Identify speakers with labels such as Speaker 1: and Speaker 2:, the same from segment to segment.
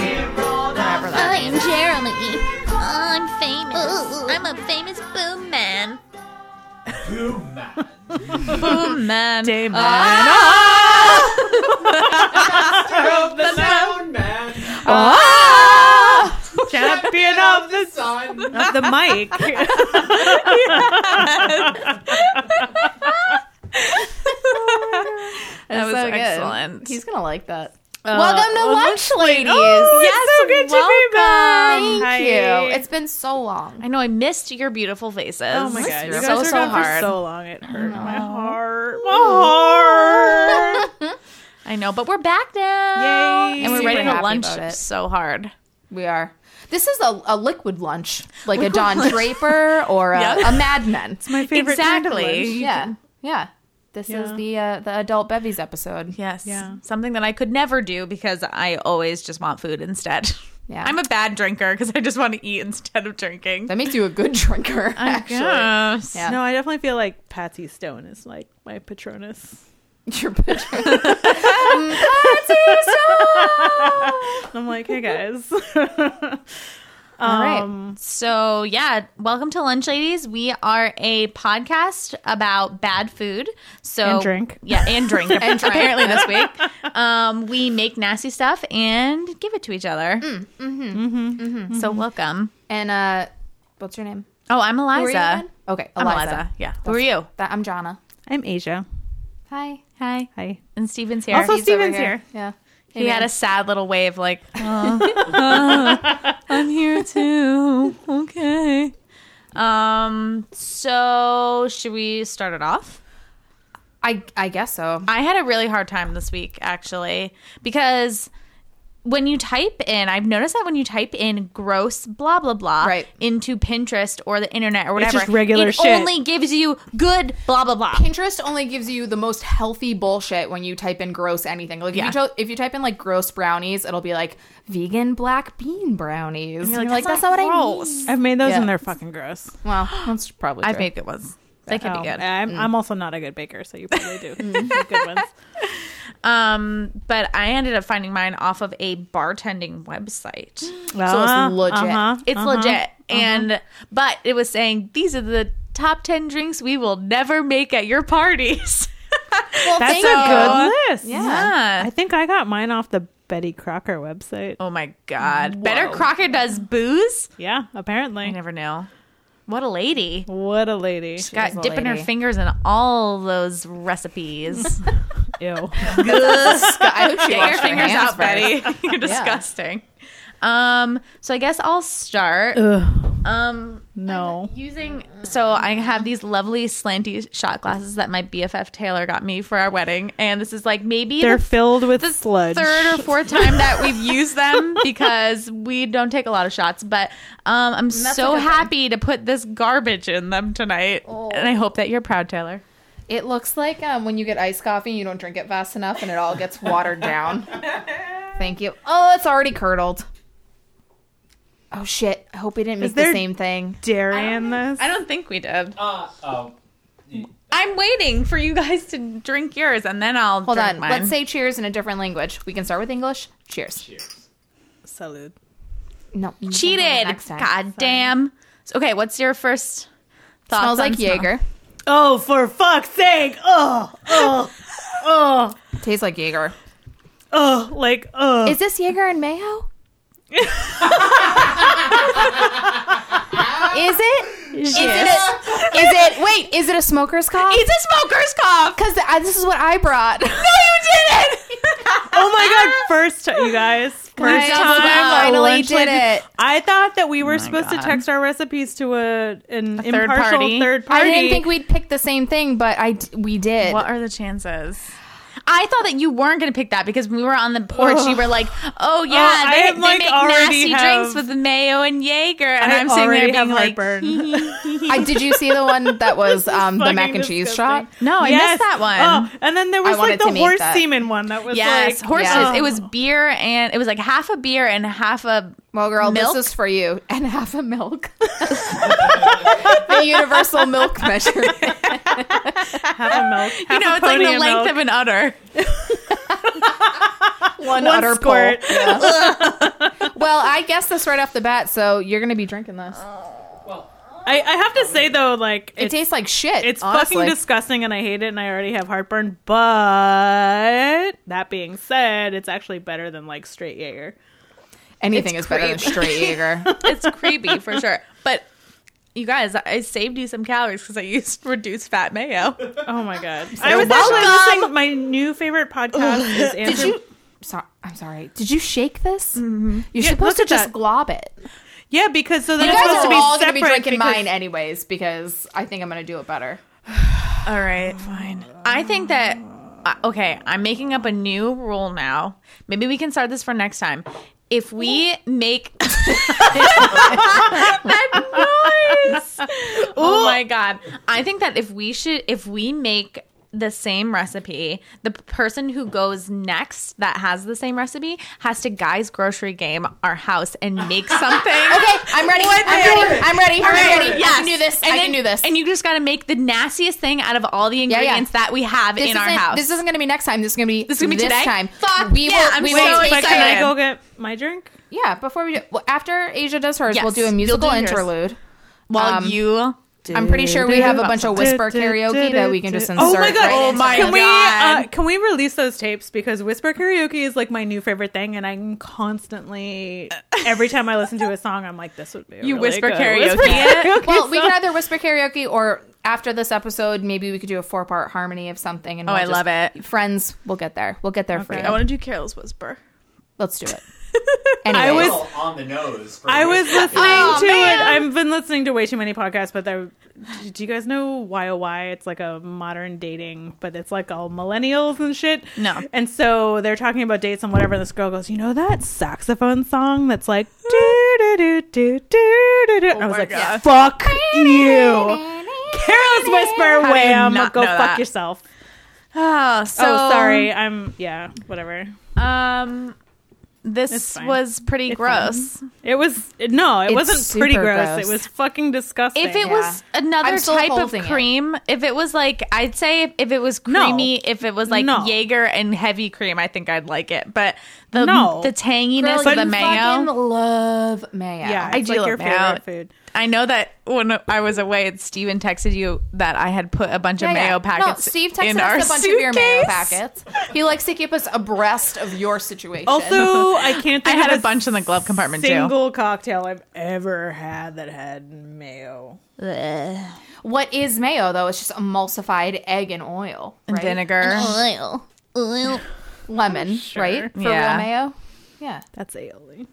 Speaker 1: Whatever that
Speaker 2: I'm
Speaker 1: means.
Speaker 2: Jeremy. I'm famous. I'm a famous boom man. boom man. Ah.
Speaker 1: Day
Speaker 2: boom man.
Speaker 1: man.
Speaker 3: of the sound man,
Speaker 1: Ah.
Speaker 2: Ah.
Speaker 1: Champion
Speaker 3: of the sun.
Speaker 1: of the mic.
Speaker 4: That
Speaker 2: was excellent.
Speaker 4: He's gonna like that.
Speaker 1: Uh,
Speaker 4: Oh, welcome to
Speaker 1: well,
Speaker 4: lunch, ladies.
Speaker 1: Oh, it's so good to be back.
Speaker 4: Thank
Speaker 1: Hi.
Speaker 4: you. It's been so long.
Speaker 2: I know I missed your beautiful faces.
Speaker 1: Oh my god, you
Speaker 2: You're
Speaker 1: guys
Speaker 2: so
Speaker 1: are
Speaker 2: so
Speaker 1: gone
Speaker 2: hard.
Speaker 1: for so long. It hurt my heart. My heart.
Speaker 2: I know, but we're back now.
Speaker 1: Yay.
Speaker 2: And we're
Speaker 4: Super
Speaker 2: ready to
Speaker 4: happy
Speaker 2: lunch
Speaker 4: about it.
Speaker 2: so hard.
Speaker 4: We are. This is a, a liquid lunch, like a Don Draper or a,
Speaker 2: Yeah.
Speaker 4: a Mad Men. It's
Speaker 1: my favorite kind of
Speaker 2: Exactly.
Speaker 1: lunch.
Speaker 4: Yeah, yeah. This is
Speaker 1: Yeah.
Speaker 4: the uh, the adult bevies episode.
Speaker 2: Yes.
Speaker 1: Yeah.
Speaker 2: Something that I could never do because I always just want food instead.
Speaker 4: Yeah.
Speaker 2: I'm a bad drinker because I just want to eat instead of drinking.
Speaker 4: That makes you a good drinker. actually.
Speaker 2: Yes.
Speaker 4: Yeah.
Speaker 1: No, I definitely feel like Patsy Stone is like my patronus.
Speaker 4: Your picture.
Speaker 1: I'm like, hey guys.
Speaker 4: All right.
Speaker 2: So, yeah, welcome to Lunch Ladies. We are a podcast about bad food. So,
Speaker 1: And drink.
Speaker 2: Yeah, and drink. and apparently this week. Um, we make nasty stuff and give it to each other. mm-hmm. So, welcome.
Speaker 4: And uh, what's your name?
Speaker 2: Oh, I'm
Speaker 4: Who are you
Speaker 2: Eliza.
Speaker 4: again? Okay,
Speaker 2: I'm
Speaker 4: Eliza.
Speaker 2: Eliza. Yeah. Who are you?
Speaker 4: That, I'm Jonna.
Speaker 1: I'm Asia.
Speaker 4: Hi.
Speaker 2: Hi.
Speaker 1: Hi.
Speaker 2: And Steven's here.
Speaker 1: Also-
Speaker 4: He's over
Speaker 1: Steven's here.
Speaker 4: Yeah.
Speaker 2: he had a sad little wave like, Uh, I'm here too. Okay. Um, so should we start it off?
Speaker 4: I I guess so.
Speaker 2: I had a really hard time this week, actually, because when you type in, I've noticed that when you type in gross blah blah blah
Speaker 4: Right.
Speaker 2: into Pinterest or the internet or whatever,
Speaker 1: just regular
Speaker 2: it
Speaker 1: shit.
Speaker 2: only gives you good blah blah blah.
Speaker 4: Pinterest only gives you the most healthy bullshit when you type in gross anything. Like
Speaker 2: Yeah.
Speaker 4: if you to- if you type in like gross brownies, it'll be like vegan black bean brownies. And you're like, that's, not, what I mean.
Speaker 1: I've made those
Speaker 4: Yeah.
Speaker 1: and they're fucking gross.
Speaker 4: Well, that's probably
Speaker 2: I
Speaker 4: true.
Speaker 2: think it was. They could
Speaker 1: Oh,
Speaker 2: be good. Mm.
Speaker 1: I'm, I'm also not a good baker, so you probably do. make good ones.
Speaker 2: Um, but I ended up finding mine off of a bartending website.
Speaker 1: Uh,
Speaker 4: legit.
Speaker 2: It's
Speaker 4: uh-huh.
Speaker 2: legit. And but it was saying these are the top 10 drinks we will never make at your parties.
Speaker 4: Well,
Speaker 1: That's
Speaker 4: thank
Speaker 1: a
Speaker 4: you.
Speaker 1: good list.
Speaker 2: Oh, Yeah.
Speaker 1: I think I got mine off the Betty Crocker website.
Speaker 2: Oh my God. Better Crocker does booze?
Speaker 1: Yeah,
Speaker 2: I
Speaker 1: apparently.
Speaker 2: never knew. What a lady.
Speaker 1: What a lady.
Speaker 4: is a
Speaker 2: Got dipping her
Speaker 4: lady.
Speaker 2: fingers in all those recipes.
Speaker 1: Ew.
Speaker 4: I hope she
Speaker 2: Get
Speaker 4: washed
Speaker 2: your
Speaker 4: her
Speaker 2: fingers
Speaker 4: hands
Speaker 2: out,
Speaker 4: first.
Speaker 2: Betty. You're disgusting. Um, so I guess I'll start. Um,
Speaker 1: No.
Speaker 2: using so I have these lovely slanty shot glasses that my BFF Taylor got me for our wedding, and this is like maybe
Speaker 1: They're
Speaker 2: the
Speaker 1: filled with
Speaker 2: the
Speaker 1: sludge.
Speaker 2: third or fourth time that we've used them because we don't take a lot of shots. But um, I'm so
Speaker 4: a good
Speaker 2: happy to put this garbage in them tonight, and I hope that you're proud, Taylor.
Speaker 4: It looks like um, when you get iced coffee, you don't drink it fast enough, and it all gets watered down. Thank you. Oh, it's already curdled. Oh shit! I hope we didn't make the
Speaker 1: there-
Speaker 4: same thing.
Speaker 1: Dairy in this.
Speaker 2: I don't think we did.
Speaker 3: Uh, oh.
Speaker 2: I'm waiting for you guys to drink yours, and then I'll
Speaker 4: Hold
Speaker 2: drink
Speaker 4: on.
Speaker 2: mine.
Speaker 4: Let's say cheers in a different language. We can start with English. Cheers.
Speaker 3: Cheers.
Speaker 1: Salud.
Speaker 4: No, you don't know
Speaker 2: cheated.
Speaker 4: Next time.
Speaker 2: God damn. So, okay, what's your first? thoughts
Speaker 4: Smells
Speaker 2: on
Speaker 4: like
Speaker 2: smell?
Speaker 4: Jaeger.
Speaker 1: Oh, for fuck's sake. Oh, oh, oh,
Speaker 4: Tastes like Jaeger.
Speaker 1: oh. Like, oh.
Speaker 4: Is this Jaeger and mayo? is it? Is it? a- Is it? Wait, is it a smoker's cough?
Speaker 2: It's a smoker's cough.
Speaker 4: Because this is what I brought.
Speaker 2: you
Speaker 1: Oh my god, first time you guys. First
Speaker 4: Guys, we
Speaker 1: time our
Speaker 4: finally
Speaker 1: lunch
Speaker 4: did
Speaker 1: lady-
Speaker 4: it.
Speaker 1: I thought that
Speaker 4: Oh
Speaker 1: we were supposed
Speaker 2: God.
Speaker 1: to text our recipes to a an
Speaker 2: third
Speaker 1: impartial
Speaker 2: party.
Speaker 1: third
Speaker 4: I
Speaker 1: party.
Speaker 4: didn't think we'd pick the same thing, but I d- we did.
Speaker 2: What are the chances? I thought that you weren't going to pick that because when we were on the porch, you were like, "Oh yeah,
Speaker 1: I
Speaker 2: they,
Speaker 1: am,
Speaker 2: they
Speaker 1: like,
Speaker 2: make
Speaker 1: already
Speaker 2: nasty
Speaker 1: have-
Speaker 2: drinks with the mayo and Jaeger," and
Speaker 1: I
Speaker 2: am sitting there
Speaker 1: already
Speaker 2: being
Speaker 1: have
Speaker 2: like,
Speaker 1: heartburn.
Speaker 4: I did you see the one that was um, the
Speaker 1: Fucking
Speaker 4: mac and cheese shot?
Speaker 1: disgusting.
Speaker 2: No, I missed that one.
Speaker 1: Oh, and then there was
Speaker 4: wanted
Speaker 1: like
Speaker 4: to
Speaker 1: the
Speaker 4: make
Speaker 1: horse
Speaker 4: that.
Speaker 1: semen one that was
Speaker 2: "Yes,
Speaker 1: like oh,
Speaker 2: horses."
Speaker 4: yeah.
Speaker 2: It was beer and it was like half a beer and half a
Speaker 4: Well, girl,
Speaker 2: milk.
Speaker 4: this is for you. And half a milk. the universal milk measure.
Speaker 1: half a milk.
Speaker 2: you
Speaker 1: half
Speaker 2: know,
Speaker 1: a
Speaker 2: it's like the
Speaker 1: pony
Speaker 2: length of an udder.
Speaker 4: One,
Speaker 1: One
Speaker 4: utter
Speaker 1: squirt.
Speaker 4: pull. Yeah. Well, I guess this right off the bat, so you're gonna be drinking this.
Speaker 3: Well,
Speaker 1: I, I have to say though, like
Speaker 4: it
Speaker 1: it's,
Speaker 4: tastes like shit.
Speaker 1: it's
Speaker 4: honestly.
Speaker 1: fucking disgusting, and I hate it, and I already have heartburn. But that being said, it's actually better than like straight Jaeger.
Speaker 4: Anything
Speaker 2: it's
Speaker 4: is better than
Speaker 2: creep.
Speaker 4: straight Jaeger.
Speaker 2: it's creepy for sure. But you guys, I saved you some calories because I used reduced fat mayo.
Speaker 1: Oh my god! I was
Speaker 4: welcome.
Speaker 1: actually listening. My new favorite podcast is
Speaker 4: Did
Speaker 1: Andrew.
Speaker 4: you? So, I'm sorry. Did you shake this? You're
Speaker 1: Yeah,
Speaker 4: supposed to
Speaker 1: look at
Speaker 4: just
Speaker 1: that.
Speaker 4: glob it.
Speaker 1: Yeah, because so
Speaker 4: You
Speaker 1: they're
Speaker 4: guys
Speaker 1: supposed to
Speaker 4: are
Speaker 1: be
Speaker 4: all gonna
Speaker 1: separate.
Speaker 4: be drinking
Speaker 1: because-
Speaker 4: mine anyways because I think I'm gonna do it better.
Speaker 2: All right, fine. I think that uh, okay. I'm making up a new rule now. Maybe we can start this for next time. If we make that noise, oh my god! I think that if we should, if we make the same recipe, the person who goes next that has the same recipe has to guys grocery game our house and make something.
Speaker 4: Okay, I'm ready. I'm ready. I'm ready. I'm
Speaker 2: Alright,
Speaker 4: ready. I can do this. I
Speaker 2: then-
Speaker 4: can do this.
Speaker 2: And you just got to make the nastiest thing out of all the
Speaker 4: yeah.
Speaker 2: ingredients that we have
Speaker 4: this
Speaker 2: in our
Speaker 4: isn't-
Speaker 2: house.
Speaker 4: This isn't going to be next time. This is going to be this,
Speaker 2: is gonna be today?
Speaker 4: time.
Speaker 2: Fuck
Speaker 4: we
Speaker 2: yeah,
Speaker 4: will,
Speaker 2: I'm
Speaker 4: we
Speaker 2: so
Speaker 4: will
Speaker 1: Wait, but can
Speaker 2: excited.
Speaker 1: I go get my drink?
Speaker 4: Yeah, before we do, well, after Asia does hers,
Speaker 2: Yes,
Speaker 4: we'll do a
Speaker 2: you'll
Speaker 4: musical
Speaker 2: do yours.
Speaker 4: interlude.
Speaker 2: While
Speaker 4: Um,
Speaker 2: you,
Speaker 4: I'm pretty sure we have a bunch of whisper karaoke that we can just insert.
Speaker 1: Oh my god!
Speaker 4: right
Speaker 2: Oh
Speaker 4: into
Speaker 2: my
Speaker 4: this.
Speaker 1: Can we
Speaker 2: God.
Speaker 1: uh, can we release those tapes because whisper karaoke is like my new favorite thing, and I'm constantly every time I listen to a song, I'm like, this would be a
Speaker 2: You
Speaker 1: really
Speaker 2: whisper
Speaker 1: good
Speaker 2: karaoke
Speaker 1: whisper
Speaker 2: it?
Speaker 1: karaoke
Speaker 4: Well, we can
Speaker 1: song.
Speaker 4: either whisper karaoke or after this episode, maybe we could do a four part harmony of something. And
Speaker 2: Oh,
Speaker 4: we'll
Speaker 2: I love it.
Speaker 4: Friends, we'll get there. We'll get there for you.
Speaker 2: I want to do Carol's whisper.
Speaker 4: Let's do it.
Speaker 1: I
Speaker 4: Anyways.
Speaker 1: was-
Speaker 3: little on the nose. For
Speaker 1: I was
Speaker 3: this.
Speaker 1: listening
Speaker 2: Oh,
Speaker 1: to
Speaker 2: man.
Speaker 1: it. I've been listening to way too many podcasts, but there, do you guys know YOY? It's like a modern dating, but it's like all millennials and shit.
Speaker 2: No.
Speaker 1: And so they're talking about dates and whatever. And this girl goes, "You know that saxophone song that's like do do do do do do do." And I was
Speaker 2: my
Speaker 1: like,
Speaker 2: God.
Speaker 1: "Fuck you, Careless Whisper,
Speaker 2: How do you
Speaker 1: wham,
Speaker 2: not
Speaker 1: go
Speaker 2: know
Speaker 1: fuck
Speaker 2: that?
Speaker 1: yourself."
Speaker 2: Oh, so
Speaker 1: oh, sorry. I'm yeah, whatever.
Speaker 2: Um,
Speaker 1: It's
Speaker 2: this
Speaker 1: fine.
Speaker 2: was pretty
Speaker 1: It's
Speaker 2: gross.
Speaker 1: It was no, it
Speaker 4: It's
Speaker 1: wasn't pretty
Speaker 4: super
Speaker 1: gross.
Speaker 4: gross.
Speaker 1: It was fucking disgusting.
Speaker 2: If it was another
Speaker 4: I'm still
Speaker 2: type of
Speaker 4: holding it.
Speaker 2: cream, if it was like, I'd say if it was
Speaker 1: No.
Speaker 2: creamy, if it was like
Speaker 1: No.
Speaker 2: Jaeger and heavy cream, I think I'd like it. But the
Speaker 1: No.
Speaker 2: the tanginess of the mayo,
Speaker 4: love mayo.
Speaker 1: yeah,
Speaker 2: I
Speaker 1: it's
Speaker 2: do
Speaker 1: like your
Speaker 2: love that.
Speaker 1: favorite food.
Speaker 2: I know that when I was away, Steven texted you that I had put a bunch of
Speaker 4: Yeah, yeah.
Speaker 2: mayo packets
Speaker 4: No, Steve
Speaker 2: in
Speaker 4: texted
Speaker 2: our
Speaker 4: us a bunch
Speaker 2: suitcase.
Speaker 4: of your mayo packets. He likes to keep us abreast of your situation.
Speaker 1: Also, I can't.
Speaker 2: I
Speaker 1: Think
Speaker 2: had
Speaker 1: of
Speaker 2: a bunch in the glove compartment
Speaker 1: single cocktail I've ever had that had mayo.
Speaker 2: too. Ugh.
Speaker 4: what is mayo though? It's just emulsified egg and oil,
Speaker 2: And
Speaker 4: right?
Speaker 2: vinegar.
Speaker 5: Oil. Oil.
Speaker 4: lemon, right? For real
Speaker 2: Yeah.
Speaker 4: mayo. Yeah,
Speaker 1: That's aioli.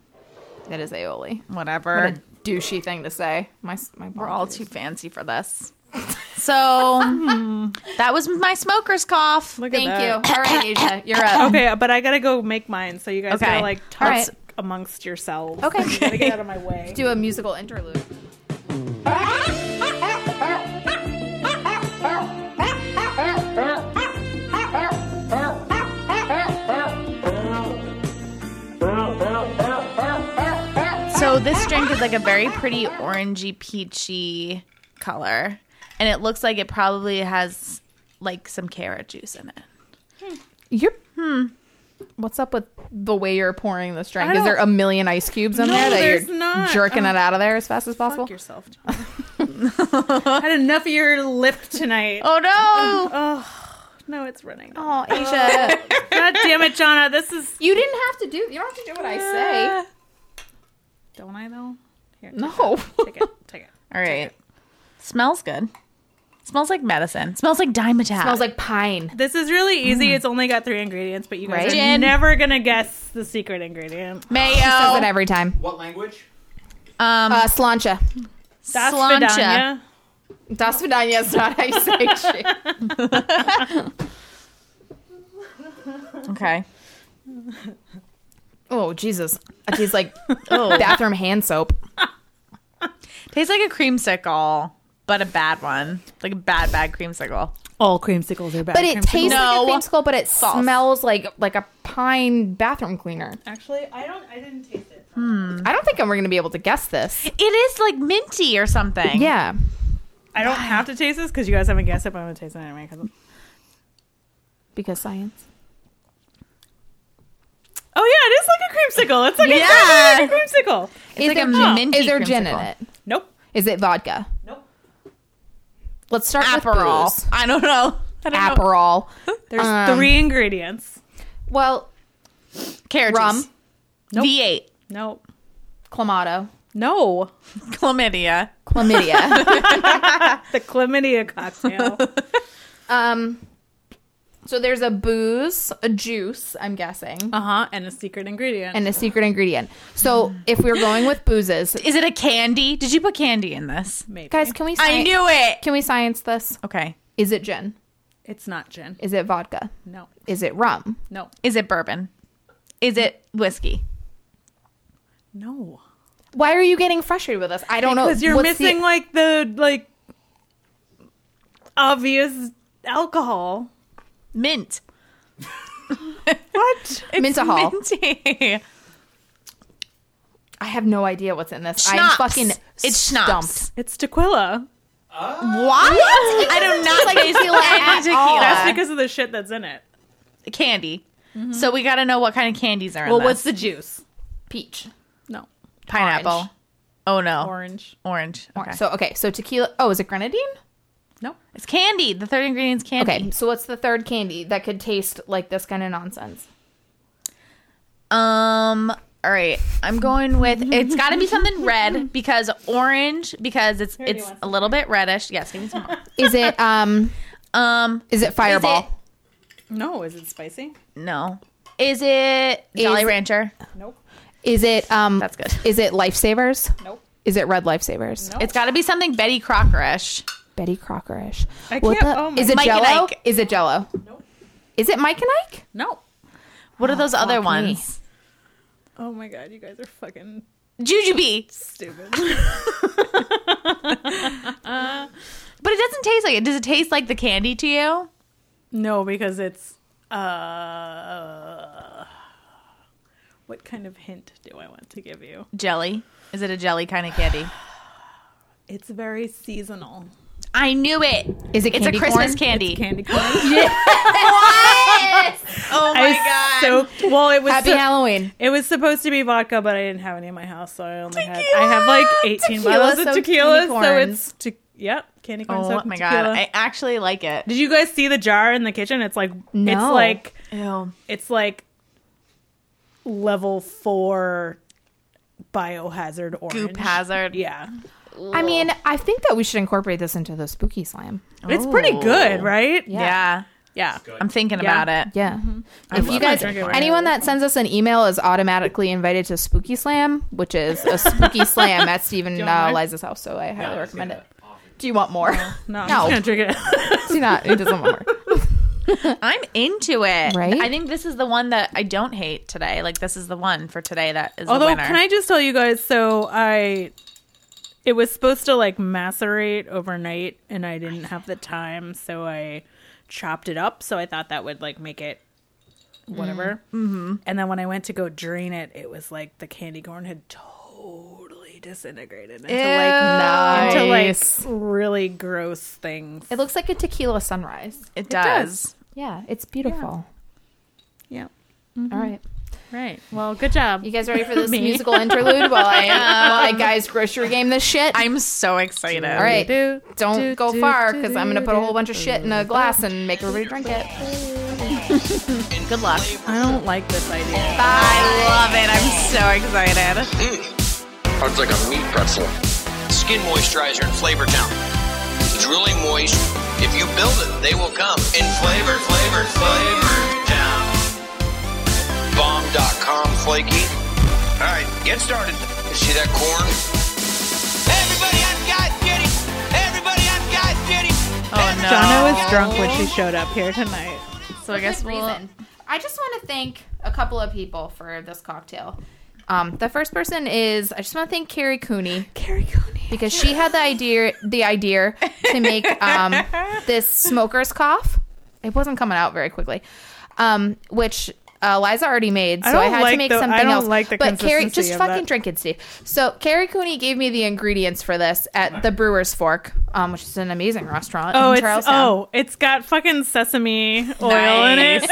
Speaker 4: that is aioli.
Speaker 2: Whatever.
Speaker 4: What a douchey thing to say. My my
Speaker 2: We're all too fancy for this. So that was my smoker's cough.
Speaker 1: Look
Speaker 4: Thank
Speaker 1: at
Speaker 4: you.
Speaker 1: that.
Speaker 4: All right, Asia, you're up.
Speaker 1: Okay, uh, but I gotta go make mine. So you guys
Speaker 2: Okay.
Speaker 1: gotta like
Speaker 4: All
Speaker 1: talk
Speaker 4: right.
Speaker 1: amongst yourselves.
Speaker 4: Okay.
Speaker 1: You gotta get out of my way.
Speaker 4: Do a musical interlude.
Speaker 2: So this drink is like a very pretty orangey peachy color, and it looks like it probably has like some carrot juice in it.
Speaker 4: You're hmm. What's up with the way you're pouring this drink?
Speaker 1: I
Speaker 4: Is there a
Speaker 1: don't-
Speaker 4: million ice cubes in
Speaker 1: No,
Speaker 4: there that
Speaker 1: there's
Speaker 4: you're
Speaker 1: not.
Speaker 4: jerking
Speaker 2: Uh-huh.
Speaker 4: it out of there as fast as possible?
Speaker 1: Fuck yourself. John. had enough of your lip tonight. Oh.
Speaker 2: Oh no!
Speaker 1: no, it's running.
Speaker 4: Oh, Asia,
Speaker 1: God damn it, Jonna. This is
Speaker 4: you didn't have to do. You don't have to do what I say.
Speaker 1: don't I though? Here,
Speaker 4: No.
Speaker 1: take it. Take it.
Speaker 2: All right, smells good. Smells like medicine. Smells like Dimetap.
Speaker 4: Smells like pine.
Speaker 1: This is really easy. It's only got three ingredients, but you guys
Speaker 4: Mm. Right?
Speaker 1: are
Speaker 2: Gin.
Speaker 1: never gonna guess the secret ingredient.
Speaker 4: Does it
Speaker 2: mayo.
Speaker 4: every time.
Speaker 3: What language?
Speaker 2: Um,
Speaker 4: Uh, slancha.
Speaker 1: That's
Speaker 2: Slancha.
Speaker 1: Vidania.
Speaker 4: Das Vidania is not how you say shit.
Speaker 2: okay.
Speaker 4: Oh Jesus! It tastes like
Speaker 2: Oh,
Speaker 4: bathroom hand soap.
Speaker 2: tastes like a creamsicle, but a bad one, like a bad bad creamsicle.
Speaker 1: All creamsicles are bad.
Speaker 4: But it tastes
Speaker 2: No.
Speaker 4: like a creamsicle, but it
Speaker 2: False.
Speaker 4: smells like like a pine bathroom cleaner.
Speaker 1: Actually, I don't. I didn't taste it.
Speaker 4: Mm. I don't think I'm going to be able to guess this.
Speaker 2: It is like minty or something.
Speaker 4: Yeah.
Speaker 1: I don't have to taste this because you guys haven't guessed it, but I'm gonna taste it anyway. 'cause-
Speaker 4: Because science.
Speaker 1: oh yeah, it is like a creamsicle. It's like
Speaker 2: Yeah.
Speaker 1: a strawberry creamsicle.
Speaker 4: is
Speaker 2: like
Speaker 4: there
Speaker 2: a
Speaker 4: gin-
Speaker 2: minty
Speaker 4: Is there gin in
Speaker 2: creamsicle.
Speaker 4: it?
Speaker 1: Nope.
Speaker 4: Is it vodka?
Speaker 1: Nope.
Speaker 4: Let's start
Speaker 2: Aperol.
Speaker 4: with booze.
Speaker 2: I don't know. I don't know.
Speaker 4: Aperol.
Speaker 1: There's
Speaker 4: Um,
Speaker 1: three ingredients.
Speaker 4: Well,
Speaker 2: Carrot
Speaker 4: Rum.
Speaker 2: juice. V8.
Speaker 1: Nope.
Speaker 4: clamato,
Speaker 1: No.
Speaker 2: Chlamydia.
Speaker 4: chlamydia.
Speaker 1: The chlamydia cocktail.
Speaker 4: um, so there's a booze, a juice. I'm guessing.
Speaker 1: uh huh. And a secret ingredient.
Speaker 4: and a secret ingredient. So if we're going with boozes,
Speaker 2: Is it a candy? Did you put candy in this?
Speaker 1: Maybe.
Speaker 4: guys, can we? Sci-
Speaker 2: I knew it.
Speaker 4: Can we science this?
Speaker 2: Okay.
Speaker 4: Is it gin?
Speaker 1: it's not gin.
Speaker 4: Is it vodka?
Speaker 1: No.
Speaker 4: Is it rum?
Speaker 1: No.
Speaker 2: Is it bourbon? Is it whiskey?
Speaker 1: No.
Speaker 4: Why are you getting frustrated with us? I don't know.
Speaker 1: Because Oh, you're
Speaker 4: What's the-
Speaker 1: missing like the like obvious alcohol.
Speaker 2: Mint.
Speaker 1: What?
Speaker 2: It's
Speaker 4: Mintahol.
Speaker 2: Minty.
Speaker 4: I have no idea what's in this. I'm
Speaker 2: Schnapps.
Speaker 4: fucking
Speaker 2: It's
Speaker 4: stumped.
Speaker 2: schnapps.
Speaker 1: it's tequila.
Speaker 2: What? I do not like tequila and tequila.
Speaker 1: That's because of the shit that's in it.
Speaker 2: candy. So we got to know what kind of candies are in
Speaker 1: Well, what's
Speaker 2: this.
Speaker 1: the juice?
Speaker 4: Peach.
Speaker 1: No.
Speaker 2: pineapple?
Speaker 4: orange?
Speaker 2: Oh no,
Speaker 1: Orange.
Speaker 2: Orange. Okay.
Speaker 4: So okay, so tequila. Oh, is it grenadine?
Speaker 1: No.
Speaker 2: it's candy. The third ingredient is candy.
Speaker 4: Okay, so what's the third candy that could taste like this kind of nonsense?
Speaker 2: Um. All right. I'm going with. It's got to be something red because orange because it's it's a little bit reddish. Yes. Give me some. more.
Speaker 4: Is it um?
Speaker 2: Um.
Speaker 4: Is it Fireball?
Speaker 1: No. Is it spicy?
Speaker 2: No. Is it Jolly
Speaker 4: Is-
Speaker 2: Rancher?
Speaker 1: Nope.
Speaker 4: Is it um?
Speaker 2: That's good.
Speaker 4: Is it Lifesavers?
Speaker 1: Nope.
Speaker 4: Is it Red Lifesavers?
Speaker 1: No.
Speaker 2: It's got to be something Betty Crockerish.
Speaker 4: Betty Crockerish.
Speaker 1: I
Speaker 4: What
Speaker 1: can't-
Speaker 4: the-
Speaker 1: oh my-
Speaker 4: is it
Speaker 2: Mike and
Speaker 4: Jello?
Speaker 2: Ike.
Speaker 4: Is it Jello?
Speaker 1: Nope.
Speaker 4: Is it Mike and Ike?
Speaker 1: No.
Speaker 2: What are those other
Speaker 4: fuck me.
Speaker 2: ones?
Speaker 1: Oh my god, you guys are fucking
Speaker 2: Jujubee.
Speaker 1: stupid.
Speaker 2: But it doesn't taste like it. Does it taste like the candy to you?
Speaker 1: no, because it's uh what kind of hint do I want to give you?
Speaker 2: Jelly. Is it a jelly kind of candy?
Speaker 1: It's very seasonal.
Speaker 2: I knew it.
Speaker 4: Is it
Speaker 2: It's
Speaker 4: candy
Speaker 2: a Christmas
Speaker 4: corn?
Speaker 2: candy.
Speaker 1: Candy corn.
Speaker 2: Oh my god.
Speaker 1: I soaked. Well, it was
Speaker 4: Happy
Speaker 1: so-
Speaker 4: Halloween.
Speaker 1: it was supposed to be vodka, but I didn't have any in my house, so I only had I have like eighteen
Speaker 4: Tequila
Speaker 1: bottles of
Speaker 4: soaked
Speaker 1: tequila,
Speaker 4: candy
Speaker 1: so it's te- yep, candy corn.
Speaker 2: Oh
Speaker 1: soaked in
Speaker 2: my god.
Speaker 1: tequila.
Speaker 2: I actually like it.
Speaker 1: Did you guys see the jar in the kitchen? It's like
Speaker 4: No.
Speaker 1: it's like
Speaker 2: Ew.
Speaker 1: it's like level four biohazard orange
Speaker 2: Goop hazard.
Speaker 1: Yeah,
Speaker 4: I mean, I think that we should incorporate this into the spooky slime.
Speaker 1: it's pretty good, right?
Speaker 2: Oh. Yeah.
Speaker 1: yeah.
Speaker 2: I'm thinking
Speaker 1: Yeah.
Speaker 2: about it.
Speaker 4: Yeah. If you
Speaker 1: Mm-hmm. love
Speaker 4: guys,
Speaker 1: my drink it right
Speaker 4: anyone that sends us an email is automatically invited to Spooky Slam, which is a spooky slam at Stephen uh,
Speaker 1: want more?
Speaker 4: Liza's house. So I highly
Speaker 3: I was
Speaker 4: recommend
Speaker 3: gonna
Speaker 4: it.
Speaker 3: offer you.
Speaker 4: Do you want more?
Speaker 1: No,
Speaker 4: No.
Speaker 1: I'm just gonna drink it.
Speaker 4: Do not. It doesn't want more.
Speaker 2: I'm into it.
Speaker 4: Right?
Speaker 2: I think this is the one that I don't hate today. Like this is the one for today that is the
Speaker 1: Although,
Speaker 2: winner.
Speaker 1: can I just tell you guys? So I, it was supposed to like macerate overnight, and I didn't have the time, so I chopped it up. So I thought that would like make it whatever.
Speaker 2: Mm.
Speaker 1: Mm-hmm. And then when I went to go drain it, it was like the candy corn had totally disintegrated into like
Speaker 4: nice.
Speaker 1: into like really gross things.
Speaker 4: It looks like a tequila sunrise.
Speaker 2: it does.
Speaker 4: Yeah, it's beautiful. Mm-hmm.
Speaker 1: Yeah.
Speaker 4: All right.
Speaker 1: Right. Well, good job.
Speaker 4: You guys ready for this
Speaker 1: Me.
Speaker 4: musical interlude while I, uh, while I guys grocery game this shit?
Speaker 2: I'm so excited.
Speaker 4: All right,
Speaker 1: do,
Speaker 4: don't
Speaker 1: do,
Speaker 4: go
Speaker 1: do,
Speaker 4: far
Speaker 1: do,
Speaker 4: because I'm gonna
Speaker 1: do,
Speaker 4: put a whole
Speaker 1: do.
Speaker 4: bunch of shit in a glass and make everybody drink it.
Speaker 2: Good luck.
Speaker 1: I don't like this idea.
Speaker 2: I love it. I'm so excited.
Speaker 6: It's like a meat pretzel.
Speaker 7: skin moisturizer in flavor town. It's really moist. If you build it, they will come in flavor, flavor, flavor town. Bomb.com flaky. All right, get started. You see that corn? Everybody, I've got kitty. Everybody, I've got kitty.
Speaker 2: Oh no.
Speaker 1: Donna was drunk when she showed up here tonight.
Speaker 2: so I guess we'll
Speaker 4: I just want to thank a couple of people for this cocktail. Um, the first person is I just want to thank Carrie Cooney
Speaker 1: Carrie Cooney.
Speaker 4: because she had the idea the idea to make um, this smoker's cough. It wasn't coming out very quickly, um, which uh, Liza already made, so
Speaker 1: I
Speaker 4: I,
Speaker 1: don't
Speaker 4: had to
Speaker 1: like
Speaker 4: make
Speaker 1: the- I
Speaker 4: something
Speaker 1: don't
Speaker 4: else.
Speaker 1: like the
Speaker 4: but Carrie,
Speaker 1: consistency
Speaker 4: just
Speaker 1: of
Speaker 4: fucking
Speaker 1: that.
Speaker 4: drink it, Steve. So Carrie Cooney gave me the ingredients for this at the Brewer's Fork, um, which is an amazing restaurant.
Speaker 1: Oh,
Speaker 4: in
Speaker 1: it's
Speaker 4: Charlestown.
Speaker 1: oh, it's got fucking sesame oil in it.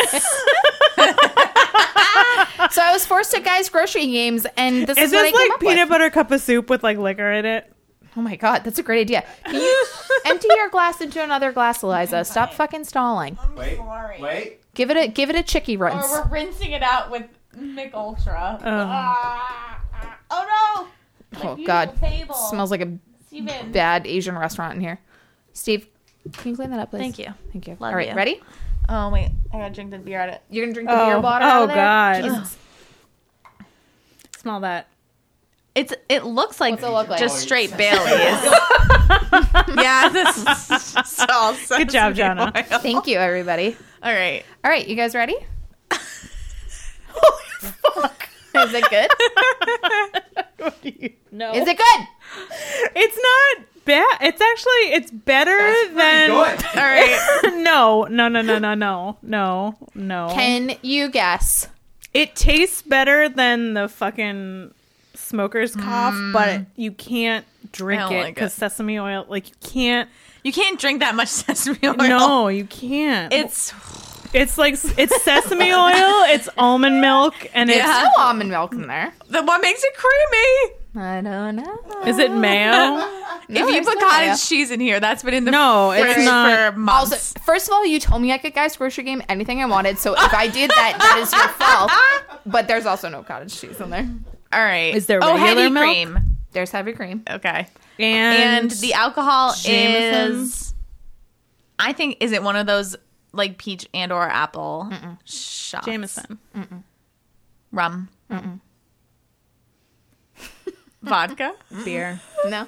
Speaker 4: so I was forced to guys grocery games, and this is,
Speaker 1: Is
Speaker 4: what I
Speaker 1: this
Speaker 4: came
Speaker 1: like
Speaker 4: up with.
Speaker 1: peanut butter cup of soup with like liquor in it?
Speaker 4: Oh my god, that's a great idea. Can you empty your glass into another glass, Eliza? Stop fucking stalling.
Speaker 3: Wait, wait.
Speaker 4: Give it a give it a chicky rinse.
Speaker 8: Or we're rinsing it out with Mick Ultra.
Speaker 1: Oh.
Speaker 8: Ah, ah. oh no!
Speaker 4: Oh
Speaker 8: beautiful
Speaker 4: god,
Speaker 8: table.
Speaker 4: smells like a
Speaker 8: Steven.
Speaker 4: bad Asian restaurant in here. Steve, can you clean that up, please?
Speaker 2: Thank you.
Speaker 4: Thank you.
Speaker 2: Love
Speaker 4: All right,
Speaker 2: you.
Speaker 4: ready?
Speaker 2: Oh wait, I gotta drink the beer out of it.
Speaker 4: You're gonna drink the beer bottle.
Speaker 1: oh
Speaker 4: out of there?
Speaker 1: God.
Speaker 4: Jesus.
Speaker 1: Smell that.
Speaker 2: It's it looks like
Speaker 4: What's it look like?
Speaker 2: just straight Bailey's. yeah, this is s- all
Speaker 1: Good job,
Speaker 2: sesame
Speaker 1: Jonna.
Speaker 2: oil.
Speaker 4: Thank you, everybody.
Speaker 2: All right.
Speaker 4: All right, you guys ready? Is it good?
Speaker 1: No,
Speaker 4: Is it good?
Speaker 1: it's not bad. It's actually it's better
Speaker 3: Good.
Speaker 1: than. no, no, no, no, no, no, no, no.
Speaker 4: Can you guess?
Speaker 1: it tastes better than the fucking smoker's cough, but you can't
Speaker 2: I
Speaker 1: drink
Speaker 2: don't
Speaker 1: it
Speaker 2: like
Speaker 1: because
Speaker 2: it.
Speaker 1: sesame oil. Like you can't.
Speaker 2: You can't drink that much sesame oil.
Speaker 1: No, you can't.
Speaker 2: It's
Speaker 1: It's like it's sesame oil, it's almond milk, and it's
Speaker 2: Yeah.
Speaker 4: No almond milk in there.
Speaker 2: the what makes it creamy.
Speaker 4: I don't know.
Speaker 1: is it mayo?
Speaker 4: No,
Speaker 2: if you
Speaker 4: it's
Speaker 2: put
Speaker 4: not
Speaker 2: cottage
Speaker 4: mayo.
Speaker 2: cheese in here, that's been in the
Speaker 1: No, it's
Speaker 2: fridge
Speaker 1: not.
Speaker 2: for months.
Speaker 4: Also, first of all, you told me I could guys grocery game anything I wanted, so if I did that, that is your fault. But there's also no cottage cheese in there.
Speaker 2: all right.
Speaker 1: Is there
Speaker 2: oh,
Speaker 1: regular
Speaker 2: heavy
Speaker 1: milk?
Speaker 2: cream?
Speaker 4: There's heavy cream.
Speaker 2: Okay.
Speaker 1: And,
Speaker 2: and the alcohol
Speaker 1: Jameson.
Speaker 2: is i think is it one of those like peach and or apple shots
Speaker 1: Jameson.
Speaker 2: rum vodka
Speaker 1: beer.
Speaker 4: No.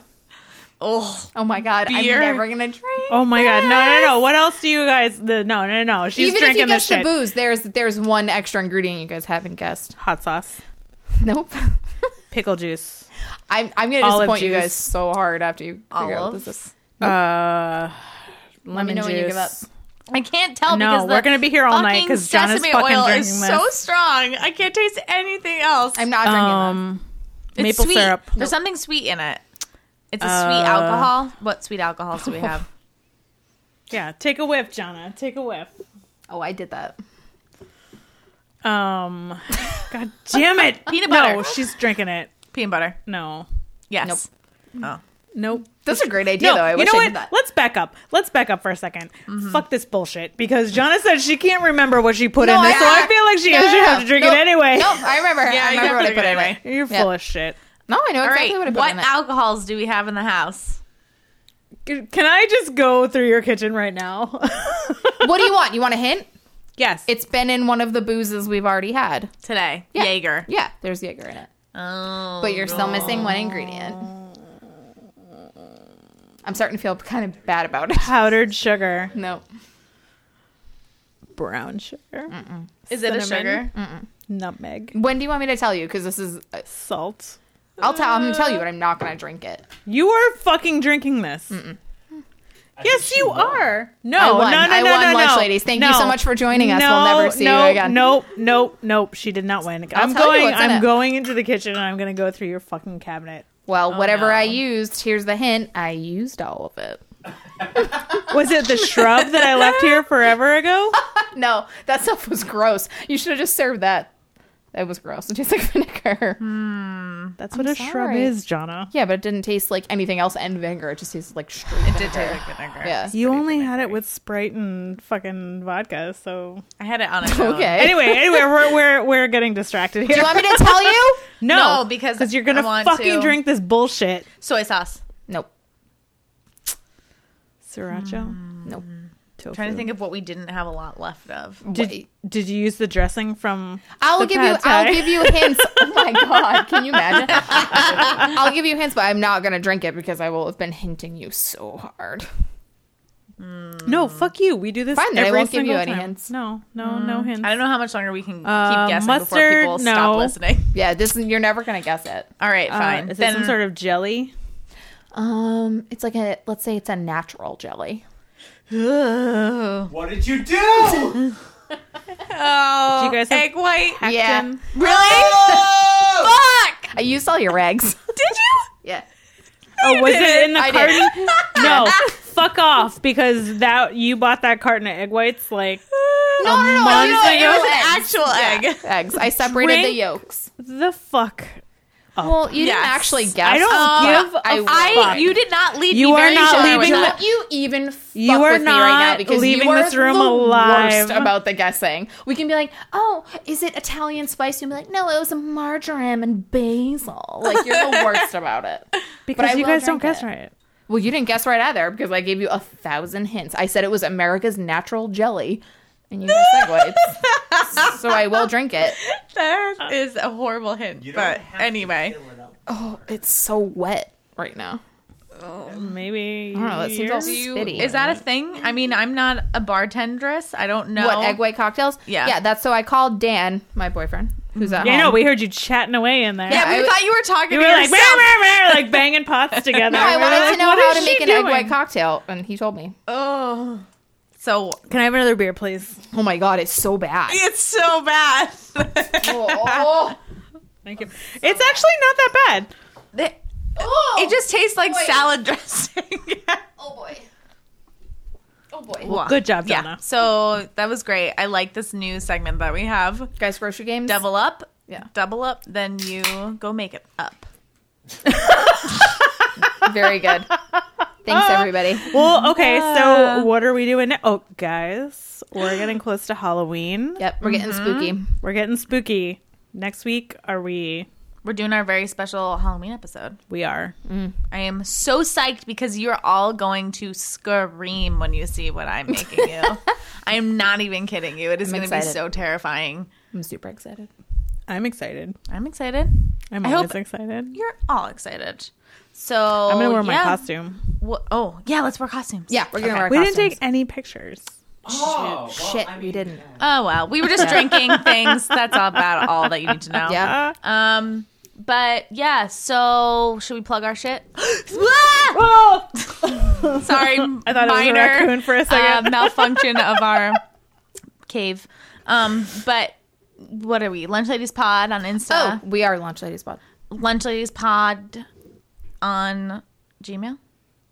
Speaker 2: oh
Speaker 4: Oh my god,
Speaker 2: Beer.
Speaker 4: I'm never gonna drink.
Speaker 1: Oh my god! No, no, no! What else do you guys? The no, no, no! She's
Speaker 4: Even if
Speaker 1: drinking
Speaker 4: you
Speaker 1: this
Speaker 4: guessed the
Speaker 1: shit.
Speaker 4: booze, there's there's one extra ingredient you guys haven't guessed.
Speaker 1: Hot sauce,
Speaker 4: Nope.
Speaker 1: pickle juice,
Speaker 4: I'm I'm gonna
Speaker 1: Olive
Speaker 4: disappoint you
Speaker 1: juice.
Speaker 4: guys so hard after you figure out what this is.
Speaker 2: olives
Speaker 1: uh,
Speaker 4: me
Speaker 1: lemon
Speaker 4: know
Speaker 1: juice.
Speaker 4: when you give up.
Speaker 2: i can't tell
Speaker 1: No,
Speaker 2: because the
Speaker 1: we're gonna be here all night
Speaker 2: fucking
Speaker 1: 'cause John is
Speaker 2: sesame
Speaker 1: fucking
Speaker 2: oil
Speaker 1: drinking
Speaker 2: is
Speaker 1: this.
Speaker 2: so strong i can't taste anything else
Speaker 4: I'm not drinking
Speaker 1: Um,
Speaker 2: It's
Speaker 1: maple
Speaker 2: sweet.
Speaker 1: syrup. Uh,
Speaker 2: there's something sweet in it it's a sweet alcohol what sweet alcohols do we have
Speaker 1: Yeah, take a whiff, Jonna. Take a whiff.
Speaker 4: that. Oh, I did that.
Speaker 1: Um, god damn it!
Speaker 2: Peanut
Speaker 1: No,
Speaker 2: butter.
Speaker 1: she's drinking it.
Speaker 2: peanut butter
Speaker 1: No,
Speaker 2: yes oh
Speaker 1: nope.
Speaker 4: That's a great idea though. I
Speaker 1: you
Speaker 4: wish
Speaker 1: know
Speaker 4: I
Speaker 1: what?
Speaker 4: did that.
Speaker 1: Let's back up. Let's back up for a 2nd Fuck this bullshit. Because Jonna said she can't remember what she put in this, so I feel like she
Speaker 4: no, no,
Speaker 1: should
Speaker 4: no,
Speaker 1: have to drink
Speaker 4: nope,
Speaker 1: it anyway.
Speaker 4: Nope, I remember.
Speaker 2: Yeah,
Speaker 4: I remember
Speaker 2: you gotta
Speaker 4: what I
Speaker 2: put
Speaker 4: put
Speaker 2: it
Speaker 4: in
Speaker 2: anyway.
Speaker 4: it.
Speaker 1: You're
Speaker 4: Yep.
Speaker 1: full of shit.
Speaker 4: No, I know
Speaker 2: all
Speaker 4: exactly
Speaker 2: right
Speaker 4: what I
Speaker 2: what,
Speaker 4: put in it.
Speaker 2: alcohols do we have in the house
Speaker 1: C- Can I just go through your kitchen right now?
Speaker 4: what do you want? You want a hint?
Speaker 1: yes.
Speaker 4: It's been in one of the boozes we've already had.
Speaker 2: today jaeger
Speaker 4: Yeah, there's Jaeger in it.
Speaker 2: Oh,
Speaker 4: But you're still missing one ingredient. I'm starting to feel kind of bad about it.
Speaker 1: powdered sugar,
Speaker 4: No.
Speaker 1: brown sugar,
Speaker 2: is it a
Speaker 1: Cinnamon.
Speaker 2: sugar?
Speaker 1: nutmeg,
Speaker 4: When do you want me to tell you? Because this is,
Speaker 1: salt.
Speaker 4: I'll tell. I'm gonna tell you, but I'm not gonna drink it.
Speaker 1: You are fucking drinking this. Yes, you are. No,
Speaker 4: I won.
Speaker 1: no, no,
Speaker 4: I
Speaker 1: no,
Speaker 4: won,
Speaker 1: no,
Speaker 4: lunch
Speaker 1: no.
Speaker 4: ladies. Thank you
Speaker 1: No.
Speaker 4: so much for joining us. We'll
Speaker 1: No,
Speaker 4: never see you
Speaker 1: no,
Speaker 4: again.
Speaker 1: Nope, nope, nope. She did not win. i am
Speaker 4: tell you
Speaker 1: going.
Speaker 4: what's in
Speaker 1: I'm
Speaker 4: it.
Speaker 1: going into the kitchen and I'm going to go through your fucking cabinet.
Speaker 4: Well, whatever
Speaker 2: no.
Speaker 4: I used, here's the hint. I used all of it.
Speaker 1: Was it the shrub that I left here forever ago?
Speaker 4: No, that stuff was gross. You should have just served that. That was gross. It tastes like vinegar.
Speaker 1: That's what a shrub
Speaker 4: sorry.
Speaker 1: is, Jonna.
Speaker 4: Yeah, but it didn't taste like anything else and vinegar. It just tastes like straight.
Speaker 2: It did taste like vinegar.
Speaker 4: Yeah.
Speaker 1: You only had it with Sprite and fucking vodka, so
Speaker 2: I had it on its own.
Speaker 4: Okay.
Speaker 1: anyway, anyway, we're we're we're getting distracted here.
Speaker 4: Do you want me to tell you?
Speaker 1: no,
Speaker 2: No, because
Speaker 1: you're
Speaker 2: I
Speaker 1: gonna
Speaker 2: want
Speaker 1: fucking
Speaker 2: to.
Speaker 1: drink this bullshit
Speaker 2: Soy sauce. I'm
Speaker 4: Nope.
Speaker 1: sriracha.
Speaker 4: Nope.
Speaker 1: Tofu.
Speaker 2: trying to think of what we didn't have a lot left of.
Speaker 1: Did, did you use the dressing from?
Speaker 4: I'll
Speaker 1: the
Speaker 4: give
Speaker 1: pad
Speaker 4: you.
Speaker 1: thai?
Speaker 4: I'll give you hints. Oh my god! Can you imagine? I'll give you hints, but I'm not gonna drink it because I will have been hinting you so hard.
Speaker 1: No, fuck you. We do this.
Speaker 4: Fine, then I
Speaker 1: every
Speaker 4: won't give you
Speaker 1: single
Speaker 4: any
Speaker 1: time.
Speaker 4: hints.
Speaker 1: No, no, no hints.
Speaker 2: I don't know how much longer we can
Speaker 1: Uh,
Speaker 2: keep guessing before
Speaker 1: mustard,
Speaker 2: people
Speaker 1: no.
Speaker 2: stop listening.
Speaker 4: Yeah, this is, you're never gonna guess it.
Speaker 2: All right,
Speaker 1: Uh,
Speaker 2: fine.
Speaker 1: is it
Speaker 2: then
Speaker 1: some sort of jelly?
Speaker 4: Um, it's like a let's say it's a natural jelly.
Speaker 3: What did you do?
Speaker 2: oh,
Speaker 1: Do you guys have-
Speaker 2: egg white.
Speaker 4: Yeah,
Speaker 1: Actin?
Speaker 4: really?
Speaker 2: Fuck!
Speaker 4: I used all Uh, your eggs.
Speaker 2: Did you?
Speaker 4: yeah,
Speaker 1: Oh, was it in the
Speaker 4: I
Speaker 1: carton?
Speaker 4: did.
Speaker 1: No, fuck off because that you bought that carton of egg whites like um,
Speaker 4: No, no, no.
Speaker 1: month
Speaker 4: You know, what?
Speaker 1: ago?
Speaker 4: it was
Speaker 1: It
Speaker 4: eggs.
Speaker 2: Actual egg.
Speaker 4: eggs. I separated the
Speaker 1: Drink
Speaker 4: yolks.
Speaker 1: The fuck?
Speaker 4: Well, you
Speaker 2: Yes.
Speaker 4: didn't actually guess. Oh,
Speaker 1: I don't give a
Speaker 4: I-
Speaker 2: I
Speaker 1: fuck.
Speaker 2: you did not lead
Speaker 1: You
Speaker 2: me
Speaker 1: are
Speaker 2: very
Speaker 1: not
Speaker 2: far with
Speaker 1: leaving
Speaker 2: that.
Speaker 4: Don't you even fuck
Speaker 1: You are
Speaker 4: with me right now
Speaker 1: not
Speaker 4: because
Speaker 1: leaving
Speaker 4: you are
Speaker 1: this room
Speaker 4: the
Speaker 1: alive.
Speaker 4: worst about the guessing. We can be like, oh, is it Italian spice? You'll be like, no, it was marjoram and basil. Like you're the worst about it.
Speaker 1: Because
Speaker 4: I
Speaker 1: you
Speaker 4: will
Speaker 1: guys don't
Speaker 4: drink
Speaker 1: guess
Speaker 4: it.
Speaker 1: right.
Speaker 4: Well, you didn't guess right either because I gave you a thousand hints. I said it was America's natural jelly, and you just segued. so I will drink it.
Speaker 2: That is a horrible hint.
Speaker 3: Uh, You don't
Speaker 2: But
Speaker 3: have to
Speaker 2: anyway,
Speaker 3: fill it up.
Speaker 4: Oh, it's so wet right now.
Speaker 1: Maybe.
Speaker 4: I don't know. That seems all
Speaker 1: yours?
Speaker 2: do you,
Speaker 4: spitty.
Speaker 2: is that a thing? I mean, I'm not a bartendress. I don't know.
Speaker 4: what egg white cocktails?
Speaker 2: Yeah.
Speaker 4: yeah. That's so I called Dan, my boyfriend, who's at
Speaker 1: yeah, I
Speaker 4: home.
Speaker 1: know. We heard you chatting away in there.
Speaker 2: Yeah,
Speaker 4: I
Speaker 2: we
Speaker 4: was-
Speaker 2: thought you were talking
Speaker 1: You
Speaker 2: to
Speaker 1: were like,
Speaker 2: yourself.
Speaker 1: "Rah, rah, rah," like banging pots together.
Speaker 4: No, I
Speaker 1: We were
Speaker 4: wanted to
Speaker 1: like,
Speaker 4: know
Speaker 1: "What
Speaker 4: how
Speaker 1: is
Speaker 4: to make
Speaker 1: she
Speaker 4: an egg white
Speaker 1: doing?"
Speaker 4: cocktail, and he told me.
Speaker 2: Oh, so
Speaker 1: Can I have another beer, please?
Speaker 4: Oh my god, it's so bad.
Speaker 2: it's so bad.
Speaker 4: Oh,
Speaker 1: Thank you. It's actually not that bad.
Speaker 2: The- it just tastes like salad dressing.
Speaker 4: oh boy. Oh boy.
Speaker 2: Well,
Speaker 1: good job,
Speaker 2: yeah.
Speaker 1: Donna.
Speaker 2: So that was great. I like this new segment that we have.
Speaker 4: Guys, grocery games.
Speaker 2: Double up.
Speaker 4: Yeah.
Speaker 2: Double up, then you go make it up.
Speaker 4: Very good. Thanks, everybody.
Speaker 1: Well, okay.
Speaker 4: Uh.
Speaker 1: So what are we doing now? Oh, guys, we're getting close to Halloween.
Speaker 4: Yep, we're getting spooky.
Speaker 1: We're getting spooky. Next week, are we?
Speaker 2: We're doing our very special Halloween episode.
Speaker 1: We are.
Speaker 4: Mm.
Speaker 2: I am so psyched because you're all going to scream when you see what I'm making you. I am not even kidding you. It is
Speaker 4: I'm
Speaker 2: going to be
Speaker 4: excited.
Speaker 2: so terrifying.
Speaker 4: I'm super excited.
Speaker 1: I'm excited.
Speaker 2: I'm excited.
Speaker 1: I'm
Speaker 2: I
Speaker 1: always
Speaker 2: hope-
Speaker 1: excited.
Speaker 2: You're all excited. So
Speaker 1: I'm gonna wear my
Speaker 2: yeah.
Speaker 1: costume.
Speaker 2: Wha- oh yeah, let's wear costumes.
Speaker 4: Yeah, we're gonna wear.
Speaker 1: We
Speaker 4: costumes.
Speaker 1: didn't take any pictures.
Speaker 3: Oh, well,
Speaker 4: Shit,
Speaker 3: I
Speaker 4: we
Speaker 3: mean,
Speaker 4: didn't.
Speaker 2: Oh well, we were just drinking things. That's all about all that you need to know.
Speaker 4: Yeah.
Speaker 1: Uh,
Speaker 2: Um. But yeah, so should we plug our shit?
Speaker 1: oh,
Speaker 2: Sorry,
Speaker 1: I thought
Speaker 2: minor
Speaker 1: it was a raccoon for a
Speaker 2: uh,
Speaker 1: second.
Speaker 2: malfunction of our cave. Um. But what are we? Lunch Ladies Pod on
Speaker 4: Oh,
Speaker 2: Insta.
Speaker 4: we are launch ladies pod.
Speaker 2: Lunch Ladies Pod on Gmail,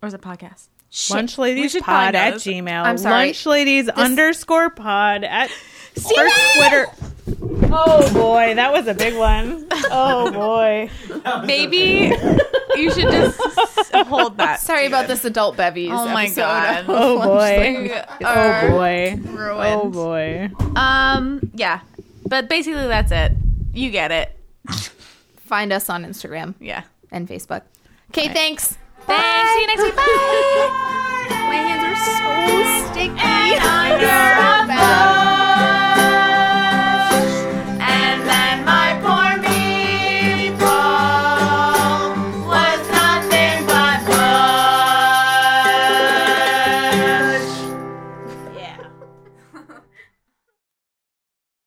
Speaker 2: or is it podcast? Shit.
Speaker 1: Lunch
Speaker 2: We
Speaker 1: ladies
Speaker 2: should probably
Speaker 1: pod
Speaker 2: know
Speaker 1: at
Speaker 2: this.
Speaker 1: Gmail.
Speaker 4: I'm sorry.
Speaker 1: Lunch ladies underscore pod at or Twitter. Oh boy, that was a big one. Oh boy.
Speaker 2: Maybe you should just hold that.
Speaker 4: Sorry about this adult bevies.
Speaker 2: Oh my
Speaker 4: episode.
Speaker 2: god.
Speaker 1: Oh boy.
Speaker 2: We
Speaker 1: Oh
Speaker 2: are
Speaker 1: boy.
Speaker 2: Ruined.
Speaker 1: Oh boy.
Speaker 2: Um. Yeah. But basically, that's it. You get it.
Speaker 4: Find us on Instagram
Speaker 2: Yeah.
Speaker 4: and Facebook. Okay, thanks.
Speaker 2: Thanks. See you next week. Bye.